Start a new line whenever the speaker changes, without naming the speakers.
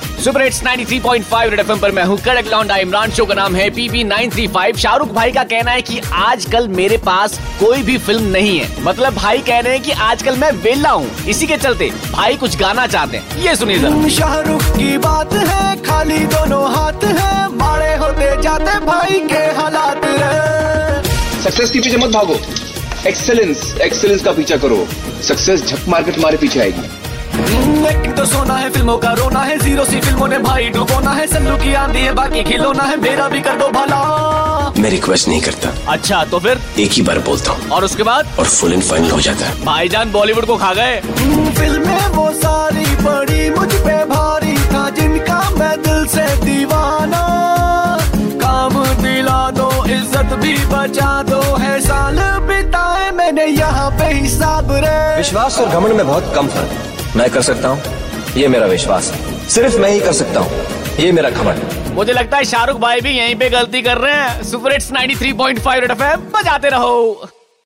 Super hits 93.5 red FM पर मैं हूँ कड़क लौंडा इमरान शो का नाम है पीपी 935 शाहरुख भाई का कहना है कि आजकल मेरे पास कोई भी फिल्म नहीं है मतलब भाई कह रहे हैं कि आजकल मैं वेला हूँ इसी के चलते भाई कुछ गाना चाहते हैं ये सुनिए जरा
शाहरुख की बात है खाली दोनों हाथ है बड़े होते जाते भाई के हालात है
सक्सेस के पीछे मत भागो एक्सेलेंस एक्सेलेंस का पीछा करो सक्सेस झक मार के तुम्हारे पीछे आएगी
हम्म, एक तो सोना है फिल्मों का रोना है जीरो सी फिल्मों ने भाई डुबोना है संदू की आंधी है बाकी खिलौना है मेरा भी कर दो भला
मैं रिक्वेस्ट नहीं करता
अच्छा तो फिर
एक ही बार बोलता हूँ
और उसके बाद
और फुल एंड फाइनल हो जाता है
भाईजान बॉलीवुड को खा गए
हम्म, फिल्में वो सारी बड़ी मुझ पे भारी था जिनका मैं दिल से दीवाना काम दिला दो इज्जत भी बचा दो है साल बिताए मैंने यहाँ पे ही साबरे
विश्वास और घमंड में बहुत कम फर्क है मैं कर सकता हूँ ये मेरा विश्वास है सिर्फ मैं ही कर सकता हूँ ये मेरा घमंड है।
मुझे लगता है शाहरुख भाई भी यहीं पे गलती कर रहे हैं सुपर हिट्स 93.5 रेड एफएम बजाते रहो